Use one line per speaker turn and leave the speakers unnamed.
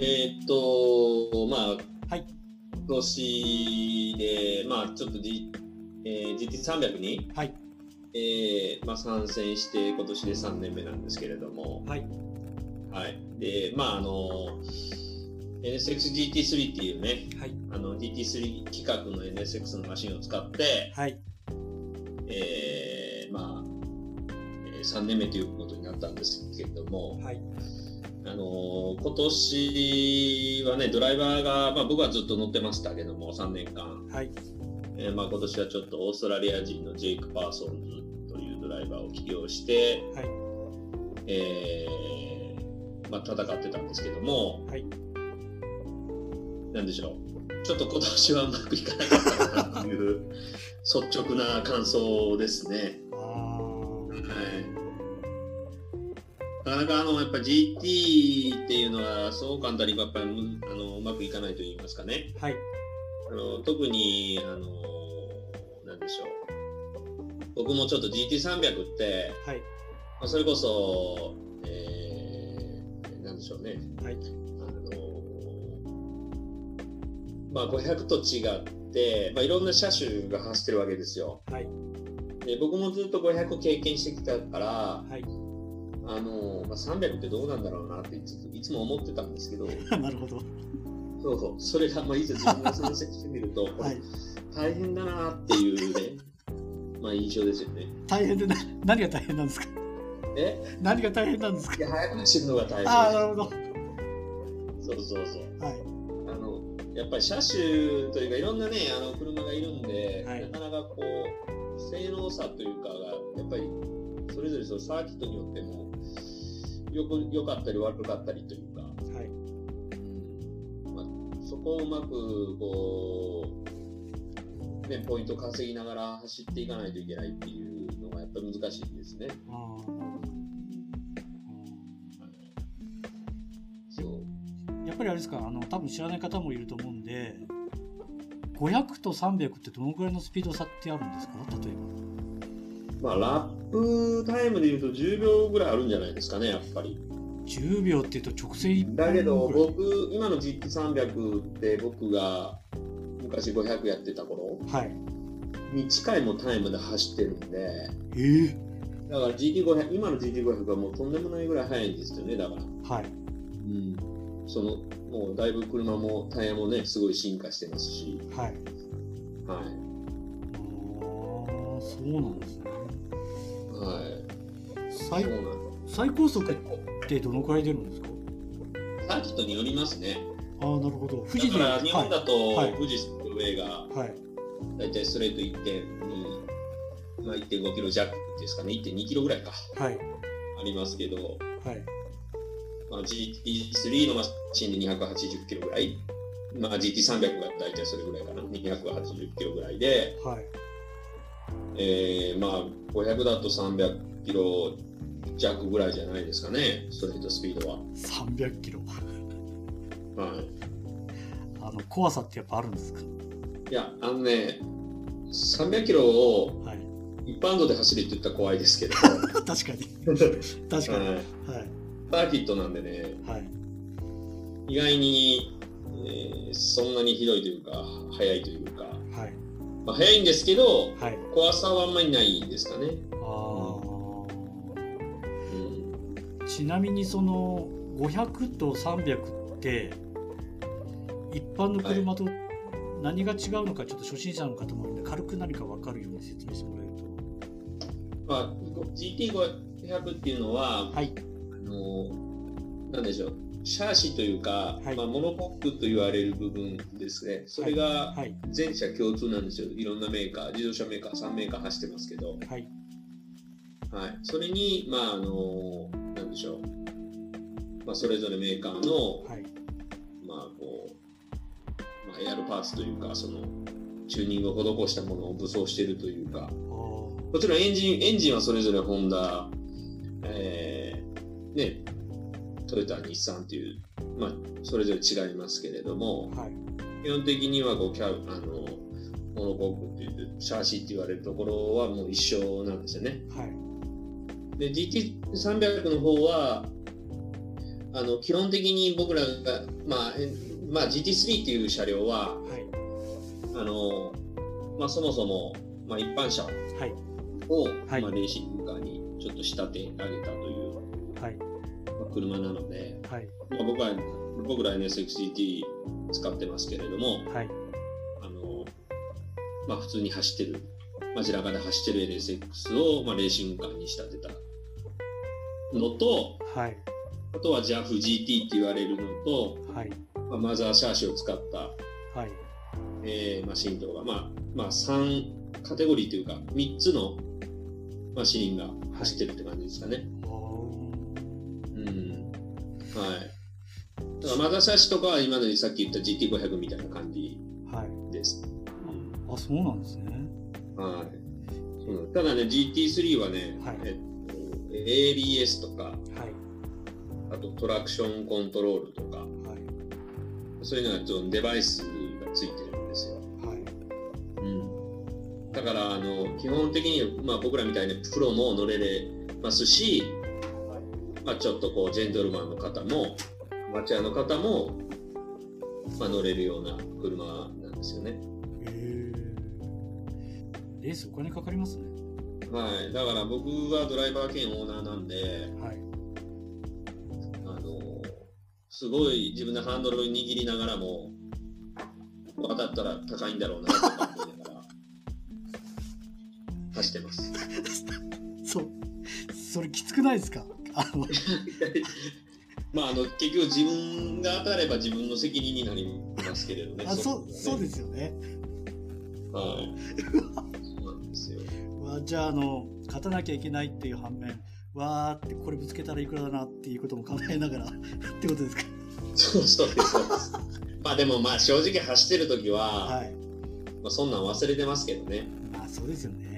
えーっと、まあ、
はい
今年で、まあ、ちょっと、G えー、GT300 に、
はい
えーまあ、参戦して、今年で3年目なんですけれども、
はい
はい。で、まあ、あの、NSXGT3 っていうね、
はい
あの GT3 規格の NSX のマシンを使って、
はい
えーまあ、えー3年目ということになったんですけれども、
はい
あのー今年はね、ドライバーが、まあ、僕はずっと乗ってましたけども、3年間、
はい
えーまあ、今年はちょっとオーストラリア人のジェイク・パーソンズというドライバーを起用して、
はい
えーまあ、戦ってたんですけども、
はい
なんでしょう、ちょっと今年はうまくいかなかったかなという率直な感想ですね。
あー
はい、なかなかあのやっぱ GT っていうのはそう簡単にやっぱりむあのうまくいかないと言いますかね
はい
あの特にあのなんでしょう僕もちょっと GT300 って、
はい
まあ、それこそ、えー、なんでしょうね
はい
あのまあ500と違って、まあ、いろんな車種が走ってるわけですよ
はい
で僕もずっと500を経験してきたから、
はい
あのまあ、300ってどうなんだろうなっていついつも思ってたんですけど、
なるほど
そうそうそれが、まあ、いざ自分が参戦してみる と、
はい
大変だなっていうね、 まあ、印象ですよね。
大変でな何が大変なんですか
え
何が大変なんですか
いや早く走るのが大変
ああなるほど
そうそうそう
はい
あの。やっぱり車種というか、いろんなね、あの車がいるんで、
はい
なかなかこう、性能差というかが、やっぱりそれぞれそのサーキットによっても、よく良かったり悪かったりというか。
はい
まあ、そこをうまくこう、ね、ポイント稼ぎながら走っていかないといけないっていうのがやっぱり難しいんですね。
あーなるほどうん
そう
やっぱりあれですかあの多分知らない方もいると思うんで500と300ってどのくらいのスピード差ってあるんですか例え
まあ、ラップタイムでいうと10秒ぐらいあるんじゃないですかね、やっぱり。
ば10秒っていうと直線1
だけど、
分
僕、今の GT300 って僕が昔500やってた頃
ぐらいはい
に近いもうタイムで走ってるんで、
えー、
だから GT500、今の GT500 はもうとんでもないぐらい速いんですよね、だから。
はい
うん、そのもうだいぶ車もタイヤもねすごい進化してますし、
はい
はい
ああそうなんですね
はい、
最
そうなんだ
最高速ってどのくらい出るんですか
サーキットによりますね
ああなるほど富士
だ
で
から日本だと
はいはい
富士スピードウェイが
はい、はい、
だいたいストレート1.2、まあ、1.5キロ弱ですかね1.2キロぐらいか
はい
ありますけど、
はい
まあ、GT3 のマシンで280キロぐらい、まあ、GT300 がだいたいそれぐらいかな280キロぐらいで
はい
えー、まあ500だと300キロ弱ぐらいじゃないですかね、ストレートスピードは。
300キロ
はい、
あの怖さってやっぱあるんですか
いや、あのね、300キロを
はい
一般道で走れって言ったら怖いですけど、
確 かに確
は
かに
い
はい
サーキットなんでね、
はい
意外に、えーそんなにひどいというか、速いというか、
はい
まあ、速いんですけど、
はい
怖さはあんまりないですかね。
あー
うん、
ちなみにその500と300って一般の車と何が違うのかちょっと初心者の方もいるんで軽く何か分かるように説明してもらえると
まあ、GT500 っていうのは、
はい
あのなんでしょう、シャーシというか、
はい
まあ、モノコックと言われる部分ですね、それが
はい
全社共通なんですよ、いろんなメーカー、自動車メーカー、3メーカー走ってますけど、
はい
はい、それに、まああのなんでしょう、まあ、それぞれメーカーの、
はい
まあこうまあ、エアロパーツというか、そのチューニングを施したものを武装しているというか、
あー
もちろんエンジンエンジンはそれぞれホンダ、えーね、トヨタ、日産という、まあ、それぞれ違いますけれども、
はい
基本的にはこうキャあのモノコックっていう、シャーシーって言われるところはもう一緒なんですよね。
はい
で、GT300 の方は、あの基本的に僕らが、まあえまあ、GT3 っていう車両は
はい
あの、まあ、そもそも、まあ、一般車
はい
を、
はい
まあ、レーシングカーにちょっと仕立て上げたという、
はい
まあ車なので、
はい
まあ、僕は僕ら NSXGT 使ってますけれども
はい
あの、まあ、普通に走ってる街中で走ってる LSX を、まあ、レーシングカーに仕立てたのと
はい
あとは JAFGT って言われるのと、
はい
まあ、マザーシャーシを使った、
はい
えーマシンとか、まあまあ、3カテゴリーというか3つのマシンが走ってるって感じですかね。
お
うんはい。だからマザーシャーシとかは今までにさっき言った GT500 みたいな感じ
ーはい
です。
あそうなんですね
はい。うん、ただね、GT3 はね、
はい
えっと、ABS とか、
はい
あとトラクションコントロールとか、
はい
そういうのはちょっとデバイスがついてるんですよ。
はい
うん、だからあの基本的に、まあ、僕らみたいにプロも乗れれますし、まあ、ちょっとこうジェントルマンの方もマチュアの方も、まあ、乗れるような車なんですよね。
へーレースお金かかりますね
はい、だから僕はドライバー兼オーナーなんで
はい
あのすごい自分でハンドルを握りながらも渡ったら高いんだろうなとか思いながら走ってます。
そうそれきつくないですかあの
まあ、あの結局自分が当たれば自分の責任になりますけれどね。。
あそうそうですすよね、
はい。そうなんですよ。
わじゃああの勝たなきゃいけないっていう反面わーってこれぶつけたらいくらだなっていうことも考えながら ってことですか
そうそうです。そうですまあでもまあ正直走ってる時は、
はい
まあそんなん忘れてますけどね。
まあそうですよね